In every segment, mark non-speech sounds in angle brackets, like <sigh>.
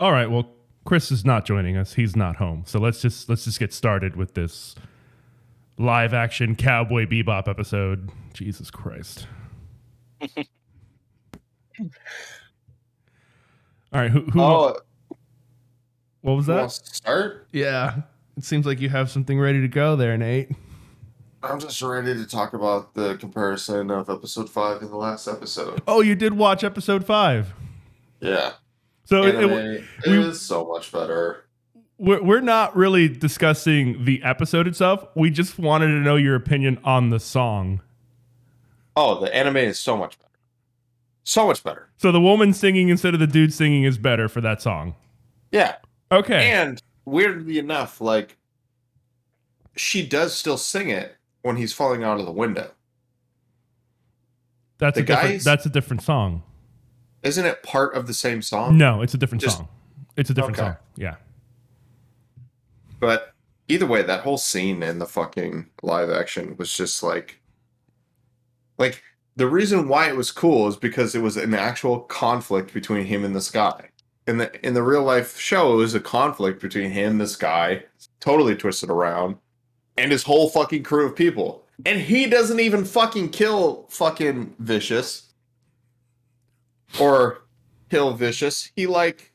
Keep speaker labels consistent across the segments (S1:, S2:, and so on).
S1: All right. Well, Chris is not joining us. He's not home. So let's just let's just get started with this live action Cowboy Bebop episode. Jesus <laughs> Christ. All right. Who? who
S2: Oh,
S1: what was that?
S2: wanna start?
S1: Yeah. It seems like you have something ready to go there, Nate.
S2: I'm just ready to talk about the comparison of episode five and the last episode.
S1: Oh, you did watch episode five.
S2: Yeah,
S1: So it,
S2: anime
S1: it,
S2: it
S1: we-
S2: is so much better.
S1: we're, we're not really discussing the episode itself. We just wanted to know your opinion on the song.
S2: Oh, the anime is so much better. So much better.
S1: So the woman singing instead of the dude singing is better for that song.
S2: Yeah,
S1: Okay.
S2: and weirdly enough, like she does still sing it when he's falling out of the window.
S1: that's
S2: the
S1: a different,
S2: guys-
S1: that's a different song.
S2: Isn't it part of the same song?
S1: No, it's a different
S2: Just-
S1: song. It's a different
S2: Okay.
S1: song. Yeah.
S2: But either way, that whole scene in the fucking live action was just like, like the reason why it was cool is because it was an actual conflict between him and this guy. In the in the real life show, it was a conflict between him, this guy, totally twisted around, and his whole fucking crew of people. And he doesn't even fucking kill fucking vicious, or kill vicious. He like,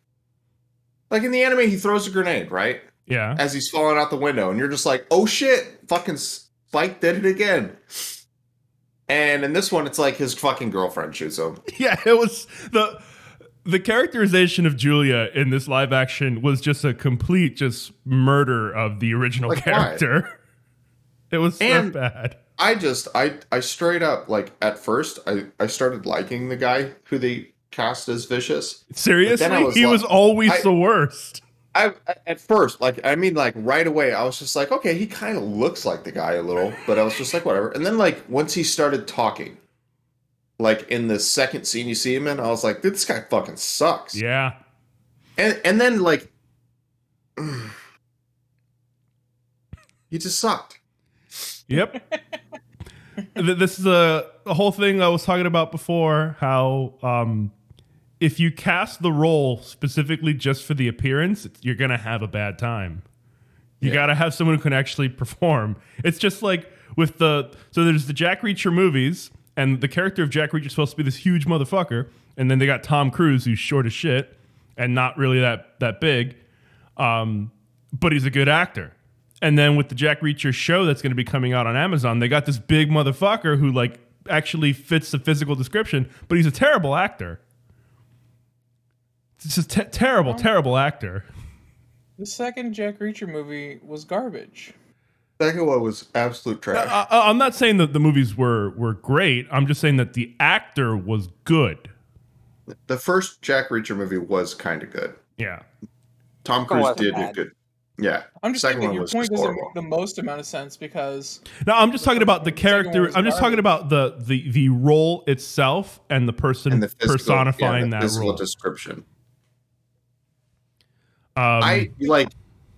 S2: like in the anime, he throws a grenade, right?
S1: Yeah.
S2: as he's falling out the window, and you're just like, "Oh shit, fucking Spike did it again." And in this one, it's like his fucking girlfriend shoots him.
S1: <laughs> Yeah, it was the the characterization of Julia in this live action was just a complete just murder of the original
S2: Like, why?
S1: character. <laughs> It was so
S2: And-
S1: bad.
S2: I just, I, I straight up like at first, I, I started liking the guy who they cast as vicious.
S1: Seriously,
S2: was
S1: he
S2: like-
S1: was always
S2: I-
S1: the worst.
S2: I at first, like, I mean, like right away, I was just like, okay, he kind of looks like the guy a little, but I was just like, whatever. And then like once he started talking, like in the second scene you see him in, I was like, dude, this guy fucking sucks.
S1: Yeah.
S2: and and then like <sighs> he just sucked
S1: Yep. Th- this is a, the whole thing I was talking about before how um, if you cast the role specifically just for the appearance, it's- you're going to have a bad time. You
S2: Yeah.
S1: got to have someone who can actually perform. It's just like with the so there's the Jack Reacher movies and the character of Jack Reacher is supposed to be this huge motherfucker and then they got Tom Cruise who's short as shit and not really that that big. Um, but he's a good actor. And then with the Jack Reacher show that's going to be coming out on Amazon, they got this big motherfucker who like actually fits the physical description, but he's a terrible actor. It's just te- terrible, terrible actor.
S3: The second Jack Reacher movie was garbage.
S2: second one was absolute trash
S3: Uh,
S1: I, I- I'm not saying that the movies were were great. I'm just saying that the actor was good.
S2: the first jack reacher movie was kind of good
S1: Yeah.
S2: tom
S3: Second
S2: cruise
S3: wasn't
S2: did
S3: bad.
S2: do good yeah
S3: I'm just
S2: Second
S3: thinking
S2: one
S3: your
S2: was
S3: point
S2: just
S3: doesn't
S2: horrible.
S3: make the most amount of sense because
S1: No, I'm just talking about the
S3: The second one
S1: character.
S3: was
S1: I'm just talking about the the the role itself and the person
S2: and the physical,
S1: personifying
S2: yeah, the
S1: that
S2: physical
S1: role.
S2: description
S1: um,
S2: i like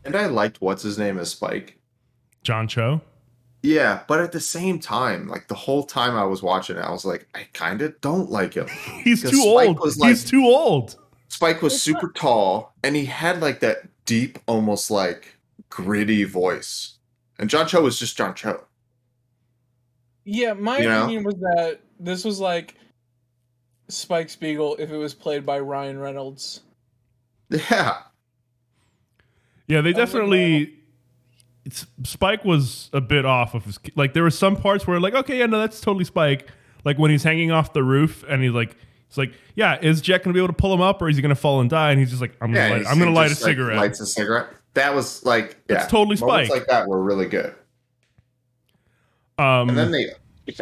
S2: and i liked what's his name as spike
S1: John Cho.
S2: yeah but at the same time like the whole time i was watching it i was like i kind of don't like him
S1: He's
S2: Because
S1: too
S2: Spike
S1: old.
S2: was
S1: He's
S2: like-
S1: too old.
S2: Spike was
S3: It's
S2: super tall, and he had like that deep, almost like gritty voice. And John Cho was just John Cho. <laughs>
S3: yeah, my
S2: You know?
S3: opinion was that this was like Spike Spiegel if it was played by Ryan Reynolds.
S2: Yeah,
S1: Yeah, they
S3: That was
S1: definitely. It's, Spike was a bit off of his. Like there were some parts where like, okay, yeah, no, that's totally Spike. Like when he's hanging off the roof and he's like, it's like, yeah, is Jack gonna be able to pull him up or is he gonna fall and die? And he's just like, I'm
S2: yeah.
S1: gonna light,
S2: he's-
S1: I'm gonna
S2: he
S1: light a
S2: just, like,
S1: cigarette.
S2: lights a cigarette. That was like yeah.
S1: That's totally
S2: Moments
S1: Spike.
S2: like that were really good.
S1: um,
S2: And then they,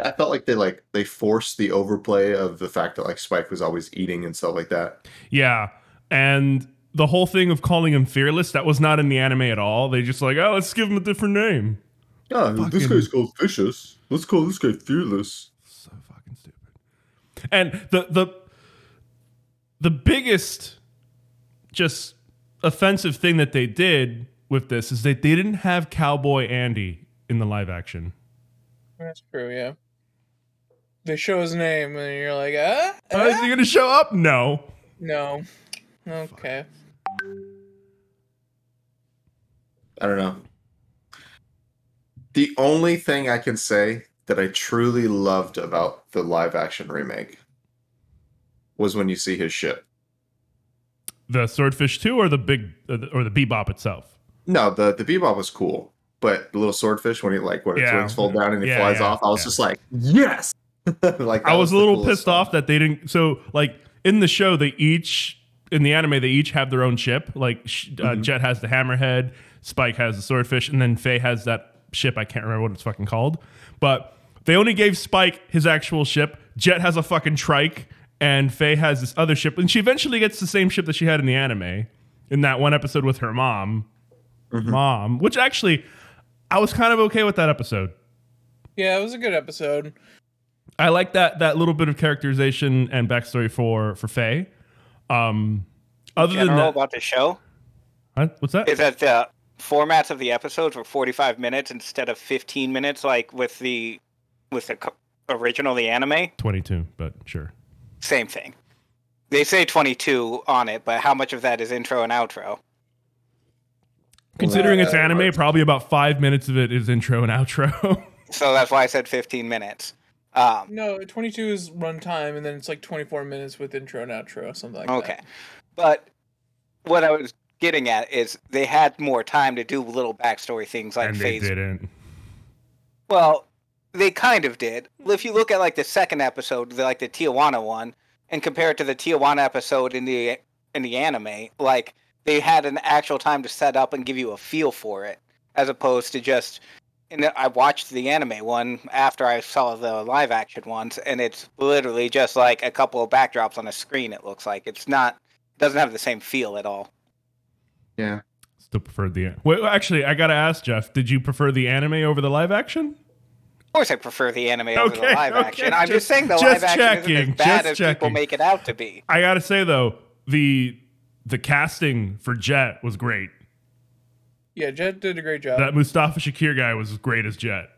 S2: I felt like they like they forced the overplay of the fact that like Spike was always eating and stuff like that.
S1: yeah, and the whole thing of calling him fearless that was not in the anime at all. They just like, oh, let's give him a different name.
S2: Yeah,
S1: this Fucking- guy's
S2: called vicious. Let's call this guy fearless.
S1: so fucking stupid. And the the the biggest just offensive thing that they did with this is that they didn't have Cowboy Andy in the live action.
S3: That's true, yeah. They show his name
S2: Oh,
S3: and you're like, ah,
S1: Uh, is
S3: ah?
S1: he gonna show up? No.
S3: no, okay.
S2: I don't know. The only thing I can say that I truly loved about the live action remake was when you see his ship.
S1: The Swordfish 2 or the big uh, the- or the Bebop itself?
S2: No, the the bebop was cool, but the little swordfish when he like when his
S1: Yeah.
S2: wings fold down and he
S1: Yeah,
S2: flies
S1: yeah,
S2: off, I was
S1: yeah.
S2: just like, yes. <laughs> like
S1: I was a little pissed
S2: off.
S1: off that they didn't. So, like in the show, they each in the anime they each have their own ship. Like sh- uh,
S2: Mhm.
S1: Jet has the hammerhead, Spike has the swordfish, and then Faye has that ship. I can't remember what it's fucking called, but they only gave Spike his actual ship. Jet has a fucking trike, and Faye has this other ship, and she eventually gets the same ship that she had in the anime in that one episode with her mom. Mom, which actually, I was kind of okay with that episode.
S3: Yeah, it was a good episode.
S1: I like that that little bit of characterization and backstory for for Faye. Um, other than
S4: General
S1: that,
S4: about the show
S1: Huh? what's that?
S4: is that the formats of the episodes were 45 minutes instead of 15 minutes, like with the with the co- original the anime.
S1: Twenty two, but sure.
S4: Same thing. They say 22 on it, but how much of that is intro and outro?
S1: Considering
S2: that-
S4: uh,
S1: it's anime, probably about five minutes of it is intro and outro.
S4: So that's why I said 15 minutes. Um,
S3: No, 22 is runtime, and then it's like 24 minutes with intro and outro, something like that.
S4: Okay. But what I was getting at is they had more time to do little backstory things <laughs> like
S1: and they
S4: phase.
S1: didn't.
S4: Well, they kind of did. If you look at like the second episode, the, like the Tijuana one, and compare it to the Tijuana episode in the in the anime, like they had an actual time to set up and give you a feel for it, as opposed to just. And I watched the anime one after I saw the live action ones, and it's literally just like a couple of backdrops on a screen. It looks like it's not doesn't have the same feel at all.
S1: Still preferred the. Wait, actually, I gotta ask Jeff. Did you prefer the anime over the live action?
S4: Of course, I prefer the anime over the
S1: Okay,
S4: live
S1: okay,
S4: action. I'm
S1: just-
S4: just saying the
S1: just
S4: live action
S1: checking,
S4: isn't as bad
S1: just
S4: as people
S1: checking.
S4: make it out to be.
S1: I gotta say though, the the casting for Jet was great.
S3: Yeah, Jet did a great job.
S1: That Mustafa Shakir guy was great as Jet.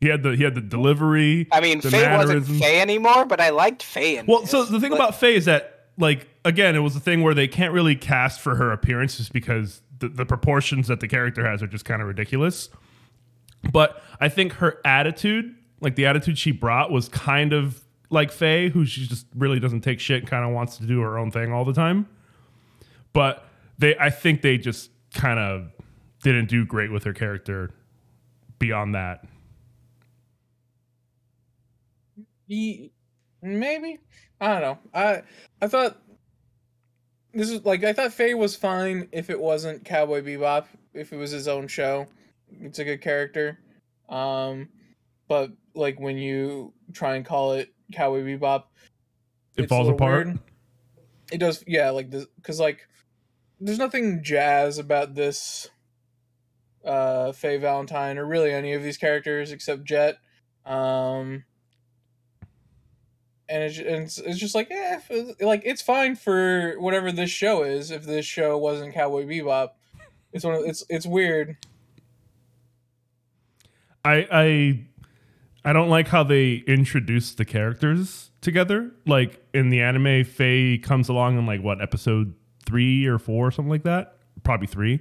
S1: He had the he had the delivery.
S4: I mean,
S1: the
S4: Faye
S1: mannerisms.
S4: wasn't Faye anymore, but I liked Faye. In
S1: Well,
S4: this.
S1: so the thing
S4: Like,
S1: about Faye is that, like, again, it was a thing where they can't really cast for her appearance just because the, the proportions that the character has are just kind of ridiculous. But I think her attitude, like the attitude she brought, was kind of like Faye, who she just really doesn't take shit and kind of wants to do her own thing all the time. But they, I think they just kind of didn't do great with her character beyond that.
S3: Ye- maybe I don't know. I I thought this is like I thought Faye was fine if it wasn't Cowboy Bebop, if it was his own show. It's a good character. Um but like when you try and call it Cowboy Bebop,
S1: It
S3: it's a
S1: falls
S3: little
S1: apart.
S3: weird. It does yeah, like this cuz like there's nothing jazz about this uh Faye Valentine or really any of these characters except Jet. Um and it's, and it's, it's just like eh, f- like it's fine for whatever this show is. If this show wasn't Cowboy Bebop, it's one of, it's it's weird.
S1: I I I don't like how they introduced the characters together. Like in the anime, Faye comes along in like what episode three or four or something like that, probably three,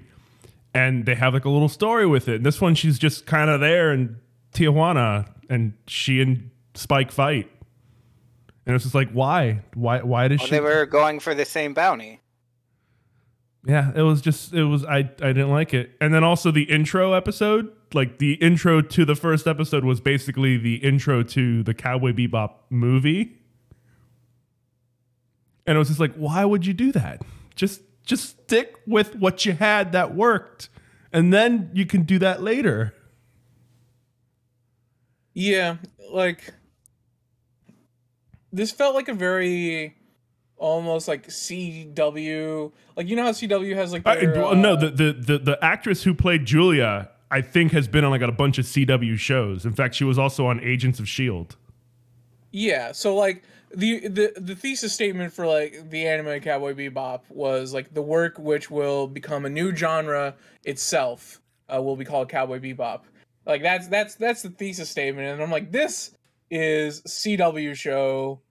S1: and they have like a little story with it. This one, she's just kind of there in Tijuana, and she and Spike fight, and it's just like why, why, why does
S4: oh,
S1: she?
S4: they were going for the same bounty.
S1: Yeah, it was just it was I I didn't like it. And then also the intro episode, like the intro to the first episode was basically the intro to the Cowboy Bebop movie. And it was just like, why would you do that? Just just stick with what you had that worked. And then you can do that later.
S3: Yeah, like this felt like a very almost like CW. Like you know how CW has like
S1: I,
S3: their,
S1: well,
S3: uh,
S1: no, the, the the the actress who played Julia, I think has been on like a bunch of CW shows. In fact, she was also on Agents of Shield.
S3: Yeah, so like the the the thesis statement for like the anime Cowboy Bebop was like the work which will become a new genre itself uh, will be called Cowboy Bebop. Like that's that's that's the thesis statement, and I'm like this is CW show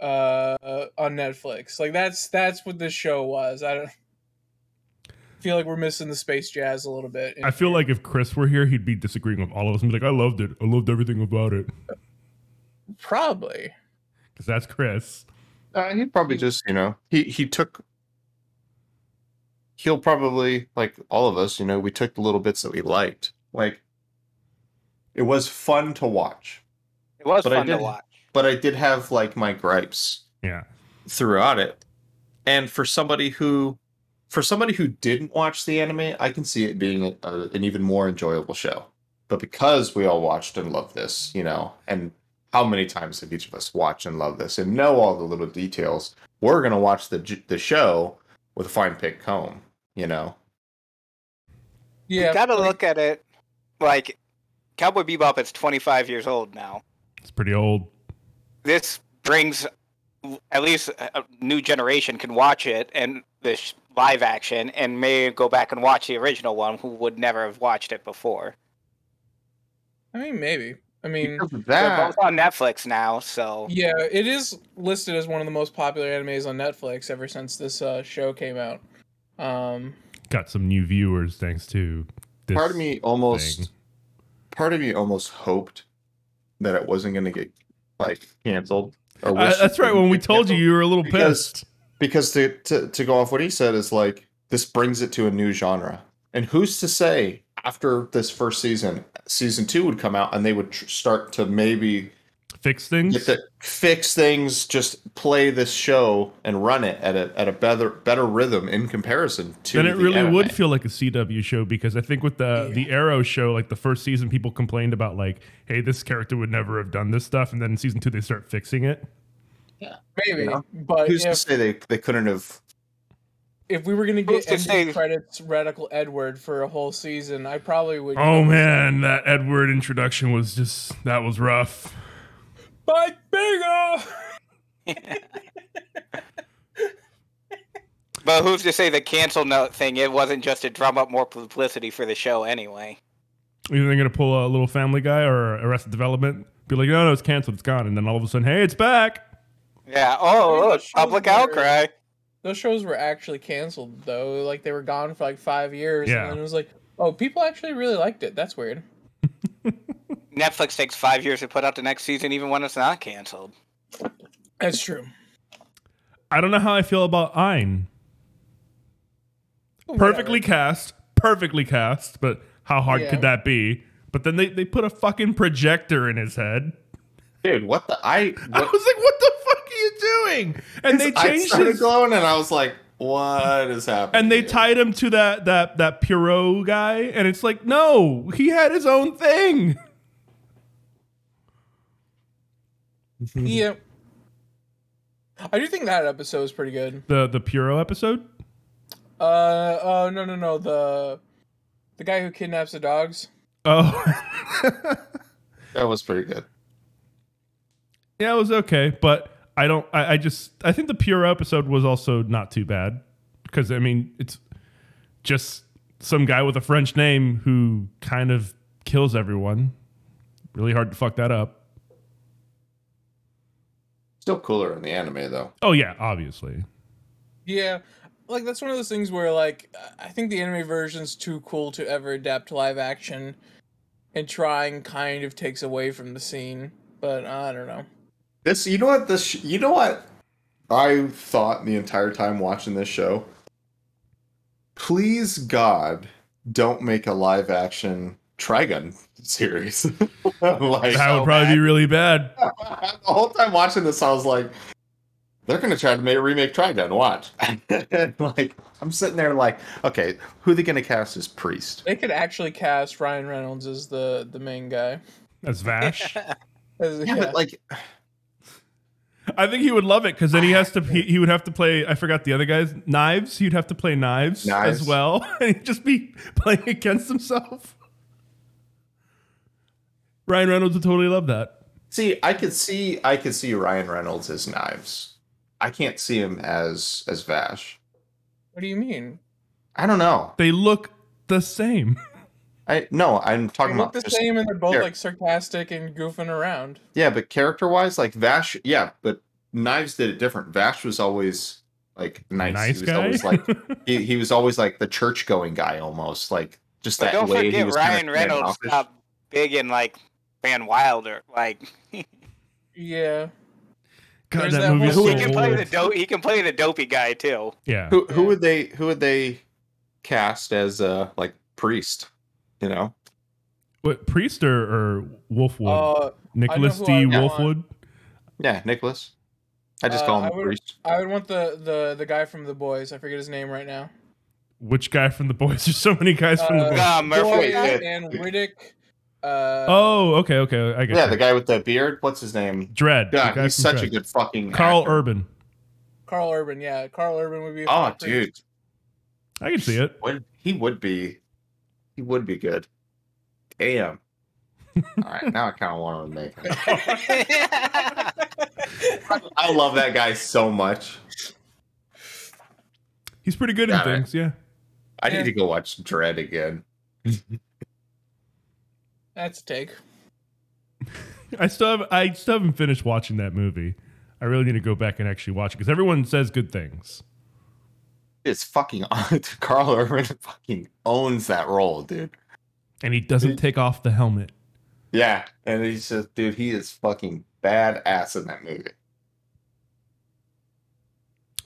S3: uh on Netflix. Like that's that's what this show was. I don't feel like we're missing the space jazz a little bit.
S1: I feel like if Chris were here, he'd be disagreeing with all of us and be like, I loved it. I loved everything about it.
S3: probably.
S1: Because that's Chris.
S2: Uh, he'd probably just, you know, he he took. He'll probably like all of us, you know, we took the little bits that we liked. Like, it was fun to watch,
S4: It was
S2: But I
S4: fun to
S2: didn't.
S4: watch.
S2: but I did have like my gripes
S1: Yeah.
S2: throughout it. And for somebody who, for somebody who didn't watch the anime, I can see it being a, a, an even more enjoyable show. But because we all watched and loved this, you know, and how many times have each of us watched and loved this and know all the little details? We're gonna watch the j- the show with a fine pick comb, you know.
S3: Yeah.
S4: you gotta
S3: like,
S4: look at it like Cowboy Bebop is 25 years old now.
S1: It's pretty old.
S4: This brings at least a a new generation can watch it and this live action and may go back and watch the original one who would never have watched it before.
S3: I mean, maybe. I mean,
S2: Because of
S4: They're
S2: that,
S4: both on Netflix now, so
S3: Ah. yeah, it is listed as one of the most popular animes on Netflix ever since this uh, show came out. Um,
S1: Got some new viewers thanks to this.
S2: part of me almost,
S1: thing.
S2: part of me almost hoped that it wasn't gonna get like canceled. Or
S1: Uh,
S2: wished it
S1: that's right.
S2: wouldn't
S1: When we
S2: get
S1: told you,
S2: canceled.
S1: you were a little
S2: Because-
S1: pissed.
S2: because to, to to go off what he said is like this brings it to a new genre and who's to say after this first season season two would come out and they would tr- start to maybe
S1: Fix things.
S2: get the, fix things just play this show and run it at a, at a better better rhythm in comparison to
S1: then it
S2: the
S1: really
S2: anime.
S1: would feel like a CW show because I think with the the Arrow show, like the first season, people complained about like, hey, this character would never have done this stuff, and then in season two they start fixing it.
S3: maybe,
S2: You know?
S3: but
S2: who's to
S3: if,
S2: say they, they couldn't have
S3: if we were gonna
S4: Who's
S3: get
S4: to say-
S3: ending credits Radical Edward for a whole season, I probably would.
S1: Oh man, that Edward introduction was just that was rough.
S3: my finger!
S4: but who's to say the cancel note thing it wasn't just to drum up more publicity for the show anyway.
S1: Either they're gonna pull a little Family Guy or Arrested Development, be like, no, no, it's canceled, it's gone, and then all of a sudden, hey, it's back.
S4: Yeah,
S3: I mean,
S4: oh,
S3: the
S4: look,
S3: shows
S4: public
S3: were-
S4: outcry.
S3: <laughs> Those shows were actually canceled though. Like they were gone for like five years,
S1: Yeah.
S3: and then it was like, oh, people actually really liked it. That's weird.
S4: Netflix takes 5 years to put out the next season even when it's not canceled.
S3: That's true.
S1: I don't know how I feel about Ein. Perfectly cast, perfectly cast, but how hard
S3: Yeah.
S1: could that be? But then they, they put a fucking projector in his head. <laughs>
S2: dude what the i
S1: I
S2: what,
S1: was like, what the fuck are you doing? And they
S2: i
S1: changed
S2: started
S1: his,
S2: glowing and i was like what is happening
S1: and they
S2: here?
S1: tied him to that that that Pierrot guy, and it's like, no, he had his own thing. <laughs>
S3: Whatever. Yeah. I do think that episode was pretty good.
S1: The the Pierrot episode?
S3: Uh oh no no no the the guy who kidnaps the dogs.
S1: Oh <laughs>
S2: that was pretty good
S1: yeah, it was okay, but I don't I, I just I think the Pierrot episode was also not too bad. Because I mean it's just some guy with a French name who kind of kills everyone. Really hard to fuck that up.
S2: still cooler in the anime though
S1: Oh yeah, obviously.
S3: Yeah. Like that's one of those things where like I think the anime version's too cool to ever adapt to live action and trying kind of takes away from the scene, but I don't know.
S2: This, you know what? This, sh- you know what? I thought the entire time watching this show. Please God, don't make a live action Trigun <laughs> series. like
S1: that would
S4: so
S1: probably be really bad.
S2: <laughs> the whole time watching this, I was like, they're gonna try to make remake Trigun. Watch. <laughs> like I'm sitting there like, okay, who they gonna cast as priest?
S3: They could actually cast Ryan Reynolds as the the main guy.
S1: That's Vash.
S3: As-
S2: Yeah,
S3: yeah.
S2: but like
S1: I think he would love it because then he has to he, he would have to play I forgot the other guys knives he'd have to play knives,
S2: Knives.
S1: as well <laughs> and he'd just be playing against himself. Ryan Reynolds would totally love that.
S2: See, I could see I could see Ryan Reynolds as knives. I can't see him as as Vash.
S3: what do you mean?
S2: I don't know.
S1: They look the same.
S2: I no, I'm
S3: They
S2: talking
S3: look
S2: about
S3: the
S2: just-
S3: same and they're both
S2: Here.
S3: like sarcastic and goofing around.
S2: yeah, but character wise, like Vash, yeah, but Knives did it different. Vash was always like <laughs> nice.
S1: nice
S2: he was
S1: guy. <laughs>
S2: always like he, he was always like the church going guy almost like just
S4: But
S2: that
S4: don't
S2: way he
S4: forget
S2: was kinda
S4: Ryan Reynolds
S2: standoffish.
S4: got big in like Van Wilder. Like <laughs>
S3: Yeah.
S1: God,
S3: There's
S1: that
S3: that
S1: movie
S3: one-
S1: is so
S4: he can play
S1: old.
S4: the dope. He can play the dopey guy too.
S1: Yeah,
S2: who who would they who would they cast as uh like priest you know
S1: what Priest or, or Wolfwood?
S3: Uh,
S1: Nicholas
S3: who
S1: D.
S3: I would
S1: Wolfwood.
S3: want.
S2: yeah nicholas i just
S3: Uh,
S2: call him
S3: I
S2: the
S3: would-
S2: priest
S3: I would want the, the the guy from The Boys. I forget his name right now.
S1: Which guy from the boys? <laughs> There's so many guys from the
S3: Uh,
S1: boys.
S4: Nah, Murphy.
S3: Boys
S4: was good.
S3: and Riddick. Uh,
S1: Oh, okay, okay, I get
S2: yeah
S1: you.
S2: the guy with the beard what's his name
S1: Dread. the
S2: god
S1: guy
S2: he's
S1: from
S2: such a
S1: Dread.
S2: good fucking
S1: Carl
S2: actor.
S1: Urban.
S3: Carl Urban. Yeah, Carl Urban would be. a
S2: oh
S3: pretty-
S2: dude
S1: I can see it.
S2: Would he would be he would be good. Damn. All right, now I kind of want to make
S4: <laughs>
S2: him. I love that guy so much.
S1: He's pretty good in
S2: Got it.
S1: things. Yeah.
S2: I need
S3: Yeah.
S2: to go watch Dread again.
S3: That's a take.
S1: I still have, I still haven't finished watching that movie. I really need to go back and actually watch it because everyone says good things.
S2: It's fucking <laughs> Carl Urban fucking owns that role, dude.
S1: And he doesn't take off the helmet.
S2: Yeah, and he's just dude, he is fucking badass in that movie.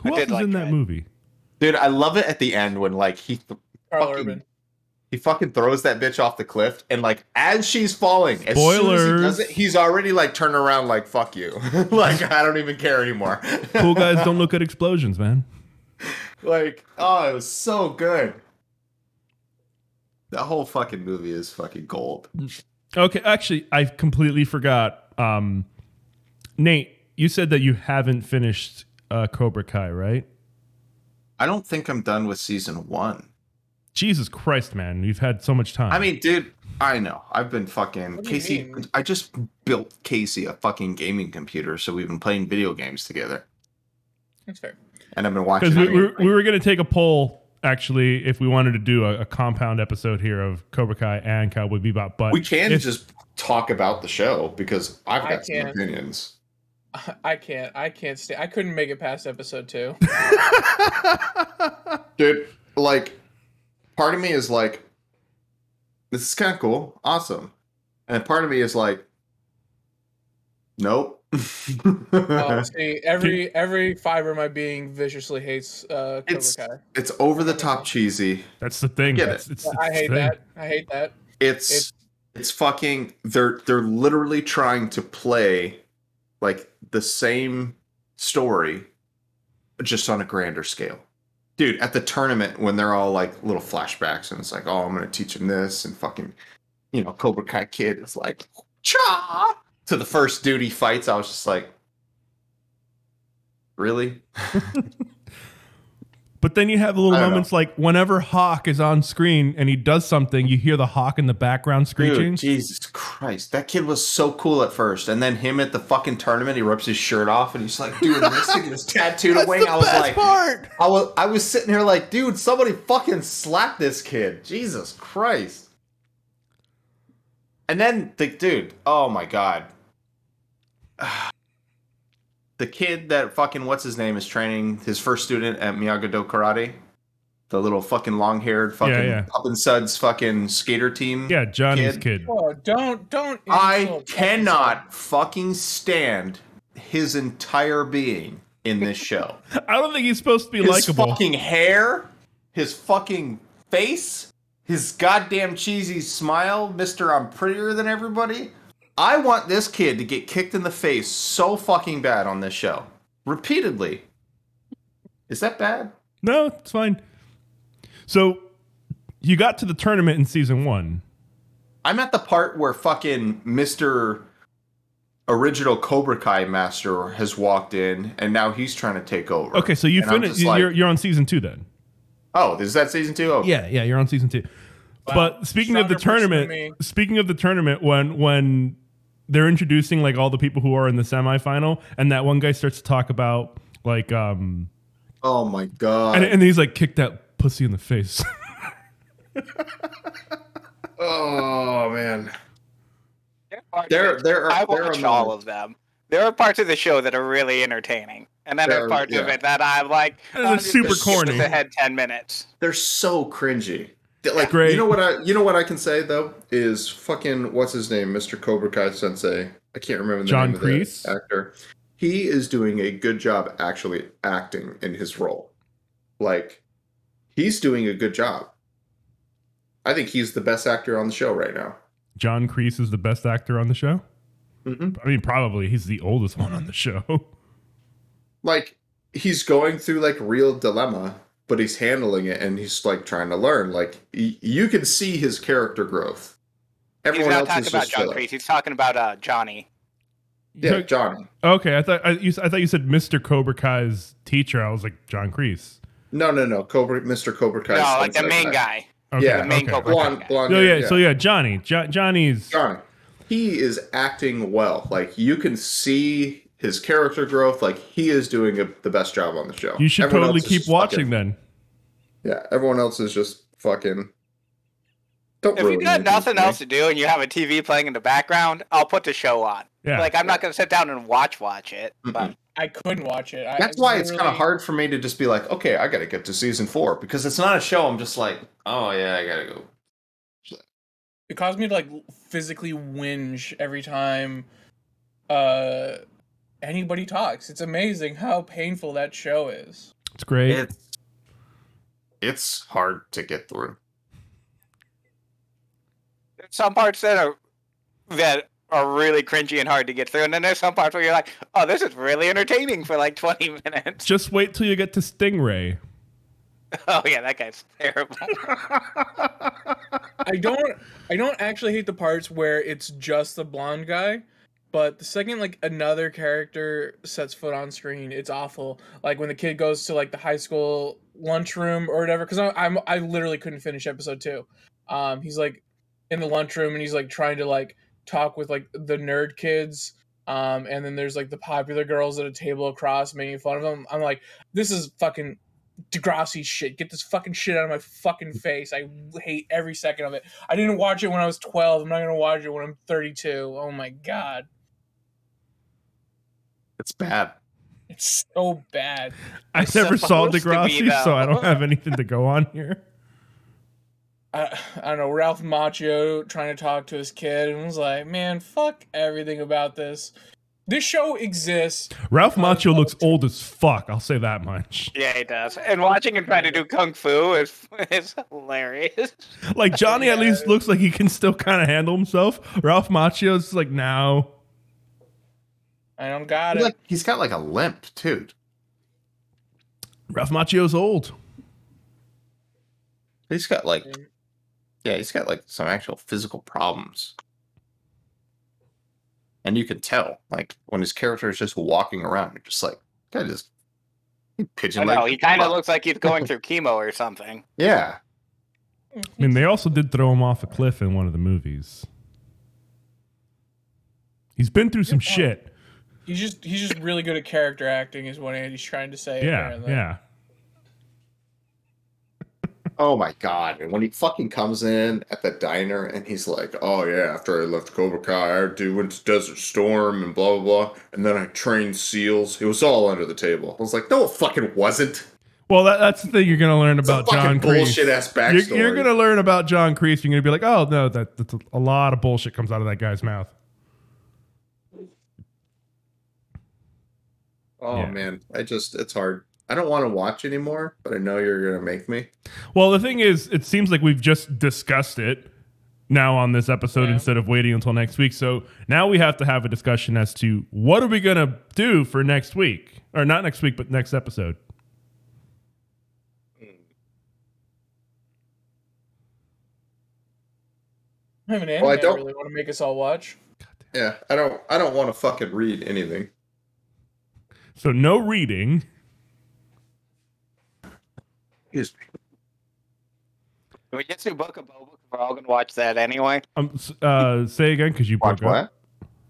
S1: Who
S4: I
S1: else
S4: did
S1: is
S4: like
S1: in that
S4: that.
S1: movie?
S2: Dude, I love it at the end when like he th-
S3: Carl
S2: Fucking-
S3: Urban.
S2: he fucking throws that bitch off the cliff and like as she's falling as soon as he
S1: Spoilers.
S2: does it, he's already like turned around like fuck you <laughs> like i don't even care anymore
S1: Cool
S2: <laughs>
S1: guys don't look at explosions, man.
S2: like oh it was so good that whole fucking movie is fucking gold
S1: Okay, actually, I completely forgot. Um, Nate, you said that you haven't finished uh, Cobra Kai, right?
S2: i don't think i'm done with season one
S1: Jesus Christ, man, you've had so much time.
S2: i mean dude i know i've been fucking
S3: What do you
S2: casey
S3: mean?
S2: i just built casey a fucking gaming computer so we've been playing video games together
S3: That's fair. <laughs>
S2: and i've been watching
S1: because we, we,
S2: it.
S1: we were going to take a poll actually if we wanted to do a, a compound episode here of Cobra Kai and Cowboy Bebop, but
S2: We <laughs> can
S1: if-
S2: just talk about the show because I've
S3: I
S2: got some
S3: can't.
S2: opinions.
S3: I can't. I can't stay. I couldn't make it past
S2: <laughs>
S3: episode two.
S2: Dude, like, part of me is like, this is kind of cool, awesome. And part of me is like, nope. <laughs>
S3: Oh, see, every every fiber of my being viciously hates uh, Cobra
S2: It's-
S3: Kai.
S2: it's over the top cheesy.
S1: <laughs> that's the thing.
S2: Get
S1: That's, it's,
S3: I
S1: it's the
S3: hate
S1: thing.
S3: that. I hate that.
S2: It's, it's
S3: It's-
S2: fucking they're they're literally trying to play like the same story just on a grander scale. Dude, at the tournament when they're all like little flashbacks and it's like, "Oh, I'm going to teach him this." And fucking, you know, Cobra Kai kid is like, "Cha!" To the first dude he fights, I was just like, "Really?"
S1: But then you have little
S2: I don't
S1: moments like whenever Hawk is on screen and he does something, you hear the Hawk in the background screeching.
S2: Dude, Jesus Christ. That kid was so cool at first. And then him at the fucking tournament, he rips his shirt off and he's like
S1: <laughs>
S2: doing this to get his tattooed away. I was like <laughs>
S1: part.
S2: I was I was sitting here like, dude, somebody fucking slap this kid. Jesus Christ. And then the dude, oh my god. <sighs> The kid that fucking what's his name is training his first student at Miyagi Do Karate. The little fucking long haired fucking
S1: Yeah, yeah.
S2: Up and Suds fucking skater team.
S1: Yeah, Johnny's
S2: Kid.
S1: kid.
S3: Oh, don't don't.
S2: I
S3: insult that
S2: cannot fucking stand his entire being in this show.
S1: I don't think he's supposed to <laughs> be
S2: his
S1: likable.
S2: fucking hair, his fucking face, his goddamn cheesy smile, Mister I'm prettier than everybody. I want this kid to get kicked in the face so fucking bad on this show, repeatedly. Is that bad?
S1: No, it's fine. So you got to the tournament in season one.
S2: I'm at the part where fucking Mr. Original Cobra Kai Master has walked in and now he's trying to take over.
S1: Okay, so you
S2: And I'm
S1: finished.
S2: just like,
S1: You're, you're on season two then.
S2: Oh, is that season two? Oh,
S1: Yeah, yeah, you're on season two. But speaking of the
S3: Stronger person than
S1: tournament, speaking of the tournament, when when they're introducing like all the people who are in the semifinal, and that one guy starts to talk about like, um,
S2: Oh my god.
S1: and, and he's like, "Kick that pussy in the face." <laughs>
S2: oh man. There, there are.
S4: I
S2: there are
S4: watch all
S2: moments-
S4: of them. There are parts of the show that are really entertaining, and then there
S2: There-
S4: are parts of
S2: yeah.
S4: it that I'm like,
S1: And
S4: "Oh,
S1: it's
S4: just
S1: super
S4: skip this
S1: corny."
S4: Ahead ten minutes.
S2: They're so cringy. They're like
S1: Great.
S2: you know what I you know what I can say though is fucking what's his name, Mr. Cobra Kai Sensei. I can't remember the
S1: John
S2: name
S1: Kreese?
S2: of the actor. He is doing a good job actually acting in his role. Like he's doing a good job. I think he's the best actor on the show right now.
S1: John Kreese is the best actor on the show.
S2: Mm-hmm.
S1: I mean, probably he's the oldest one on the show.
S2: like he's going through like real dilemma but he's handling it and he's like trying to learn like y- you can see his character growth everyone
S4: he's not
S2: else
S4: talking
S2: is
S4: about
S2: just
S4: John
S2: filler.
S4: Kreese. He's talking about uh, Johnny.
S1: <laughs>
S2: yeah johnny
S1: Okay, I thought I, you, s- I thought you said Mr. Cobra Kai's teacher. I was like John Kreese.
S2: no no no cobra mr cobra kai
S4: no,
S2: sounds
S4: like the main
S2: that.
S4: guy.
S1: Okay,
S2: Yeah.
S4: The main
S1: okay.
S4: Cobra Kai
S2: blonde
S4: guy.
S2: blonde
S1: So
S2: hair,
S1: yeah, so yeah, Johnny, jo- Johnny's
S2: johnny he is acting well like you can see his character growth like he is doing a, the best job on the show
S1: You should
S2: Everyone
S1: totally
S2: else is
S1: keep
S2: just fucking-
S1: watching then.
S2: yeah everyone else is just fucking don't
S4: If you
S2: ruin
S4: got
S2: anything for
S4: nothing
S2: me.
S4: else to do and you have a TV playing in the background, I'll put the show on.
S1: Yeah.
S4: Like I'm not gonna sit down and watch watch it. But
S3: I couldn't watch it. I,
S2: That's why it's
S3: literally-
S2: kind of hard for me to just be like, okay, I got to get to season four because it's not a show. I'm just like, oh yeah, I got to go.
S3: It caused me to like physically whinge every time uh anybody talks. It's amazing how painful that show is.
S1: it's great.
S2: It's it's hard to get through.
S4: there's some parts that are that are really cringy and hard to get through, and then there's some parts where you're like, "Oh, this is really entertaining for like 20 <laughs> minutes."
S1: Just wait till you get to Stingray.
S4: Oh yeah, that guy's terrible. <laughs>
S3: I don't I don't actually hate the parts where it's just the blonde guy, but the second like another character sets foot on screen, it's awful. Like when the kid goes to like the high school lunchroom or whatever cuz I I'm I literally couldn't finish episode 2. Um he's like in the lunchroom and he's like trying to like talk with like the nerd kids um and then there's like the popular girls at a table across making fun of him. I'm like this is fucking Degrassi shit. Get this fucking shit out of my fucking face. I hate every second of it. I didn't watch it when I was 12. I'm not going to watch it when I'm 32. Oh my God.
S2: It's bad.
S3: It's so bad.
S1: I
S4: It's
S1: never saw
S4: supposed to
S1: Degrassi,
S4: be, though.
S1: so I don't have anything to go on here.
S3: I, I don't know. Ralph Macchio trying to talk to his kid and was like, man, fuck everything about this. This show exists.
S1: Ralph Macchio looks old as fuck. I'll say that much. <laughs>
S4: yeah, he does. And watching him try to do kung fu is <laughs> is hilarious.
S1: Like Johnny at
S3: Yeah.
S1: least looks like he can still kind of handle himself. Ralph Macchio's like now.
S3: I don't got
S2: He's,
S3: it.
S2: like, he's got like a limp, dude.
S1: Ralph Macchio's old.
S2: He's got like, yeah, he's got like some actual physical problems, and you can tell like when his character is just walking around, you're just like, guy just
S4: I
S2: pigeon
S4: know. He kind of
S2: looks.
S4: looks like he's going through chemo or something.
S2: Yeah,
S1: I mean, they also did throw him off a cliff in one of the movies. He's been through some shit.
S3: He's just he's just really good at character acting is what Andy's trying to say.
S1: Yeah,
S3: apparently.
S1: yeah.
S2: Oh my god! And when he fucking comes in at the diner and he's like, "Oh yeah, after I left Cobra Kai, I do went to Desert Storm and blah blah blah, and then I trained seals. It was all under the table." I was like, "No, it fucking wasn't."
S1: Well, that, that's the thing you're gonna learn
S2: It's a
S1: about John
S2: fucking
S1: Kreese.
S2: bullshit ass backstory.
S1: You're, you're gonna learn about John Kreese. You're gonna be like, oh no, that, that's a, a lot of bullshit comes out of that guy's mouth.
S2: oh
S1: yeah.
S2: man, I just it's hard. I don't want to watch anymore, but I know you're gonna make me.
S1: Well, the thing is, it seems like we've just discussed it now on this episode
S3: Yeah.
S1: instead of waiting until next week. So now we have to have a discussion as to what are we gonna do for next week, or not next week, but next episode.
S3: I have an anime
S2: Well, I
S3: I
S2: don't-
S3: really want to make us all watch.
S2: Yeah, I don't. I don't want to fucking read anything.
S1: So no reading.
S2: Excuse me.
S4: Can we just do Book of Boba? 'Cause We're all gonna watch that anyway. <laughs>
S1: Um, s- uh, say again because you
S2: Watch
S1: broke up.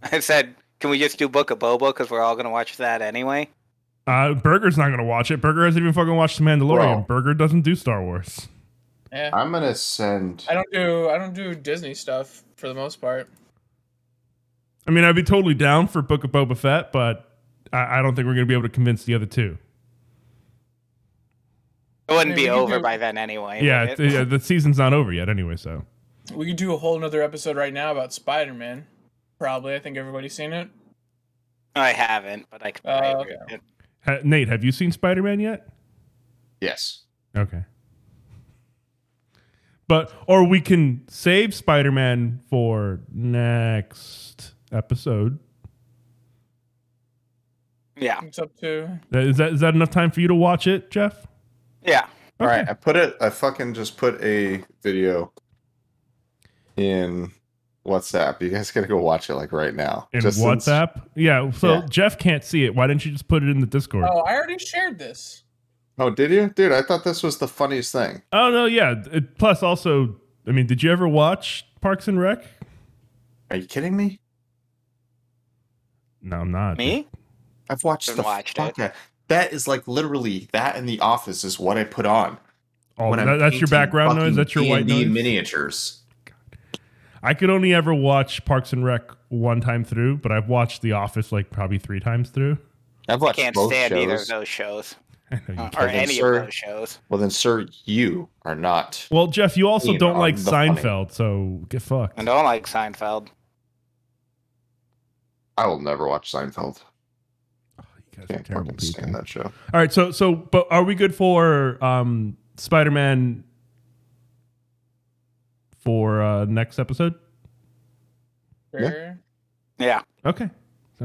S2: what?
S4: I said, can we just do Book of Boba? Because we're all gonna watch that anyway.
S1: Uh, Burger's not gonna watch it. Burger hasn't even fucking watched The Mandalorian.
S2: Bro.
S1: Burger doesn't do Star Wars.
S3: Yeah.
S2: I'm gonna send.
S3: I don't do I don't do Disney stuff for the most part.
S1: I mean, I'd be totally down for Book of Boba Fett, but I, I don't think we're going to be able to convince the other two.
S4: It wouldn't
S3: Yeah, we
S4: be
S3: could
S4: over
S3: do-
S4: by then anyway.
S1: Yeah,
S4: would
S1: it's-
S4: it?
S1: yeah, the season's not over yet anyway, so.
S3: We could do a whole nother episode right now about Spider Man. Probably. I think everybody's seen it.
S4: <laughs> I haven't, but I could. probably
S3: Oh,
S4: read it.
S1: Ha- Nate, have you seen Spider Man yet?
S2: Yes.
S1: Okay. But, or we can save Spider Man for next episode.
S4: Yeah,
S3: It's up to.
S1: Uh, Is that, is that enough time for you to watch it, Jeff?
S4: yeah.
S2: All right.
S1: Okay.
S2: I put it. I fucking just put a video in WhatsApp. You guys gotta go watch it like right now.
S1: In
S2: Just since-
S1: WhatsApp? yeah. So
S2: Yeah. Uh,
S1: Jeff can't see it. Why didn't you just put it in the Discord?
S3: Oh, I already shared this.
S2: Oh, did you, dude? I thought this was the funniest thing.
S1: Oh no, yeah. It, plus, also, I mean, did you ever watch Parks and Rec?
S2: Are you kidding me?
S1: No, I'm not.
S4: Me?
S2: I've watched
S4: Been
S2: the
S4: watched
S2: fuck out- That is like literally that in The Office is what I put on.
S1: Oh,
S2: when I'm
S1: that- that's your
S2: painting
S1: background
S2: fucking
S1: noise. That's your white
S2: D&D
S1: noise.
S2: Miniatures.
S1: I could only ever watch Parks and Rec one time through, but I've watched The Office like probably three times through. <laughs>
S2: I've watched
S4: Can't
S2: both
S4: stand
S2: shows.
S4: either of those shows
S1: I know you
S4: uh, or
S1: can't.
S2: Kevin,
S4: any
S2: sir.
S4: of those shows.
S2: Well, then, sir, you are not.
S1: Well, Jeff, you also
S2: You
S1: don't
S2: know,
S1: like
S2: the funny.
S1: Seinfeld, so get fucked.
S4: I don't like Seinfeld.
S2: I will never watch Seinfeld.
S1: You guys are
S2: Can't
S1: terrible
S2: fucking
S1: people.
S2: stand that show.
S1: All right, so so but are we good for um Spider-Man for uh next episode?
S2: Yeah.
S3: Sure.
S4: Yeah.
S1: <laughs> Okay.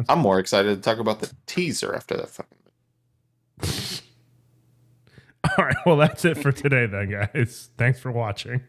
S2: I'm more excited to talk about the teaser after that fucking.
S1: All right, well that's it for today then, guys. Thanks for watching.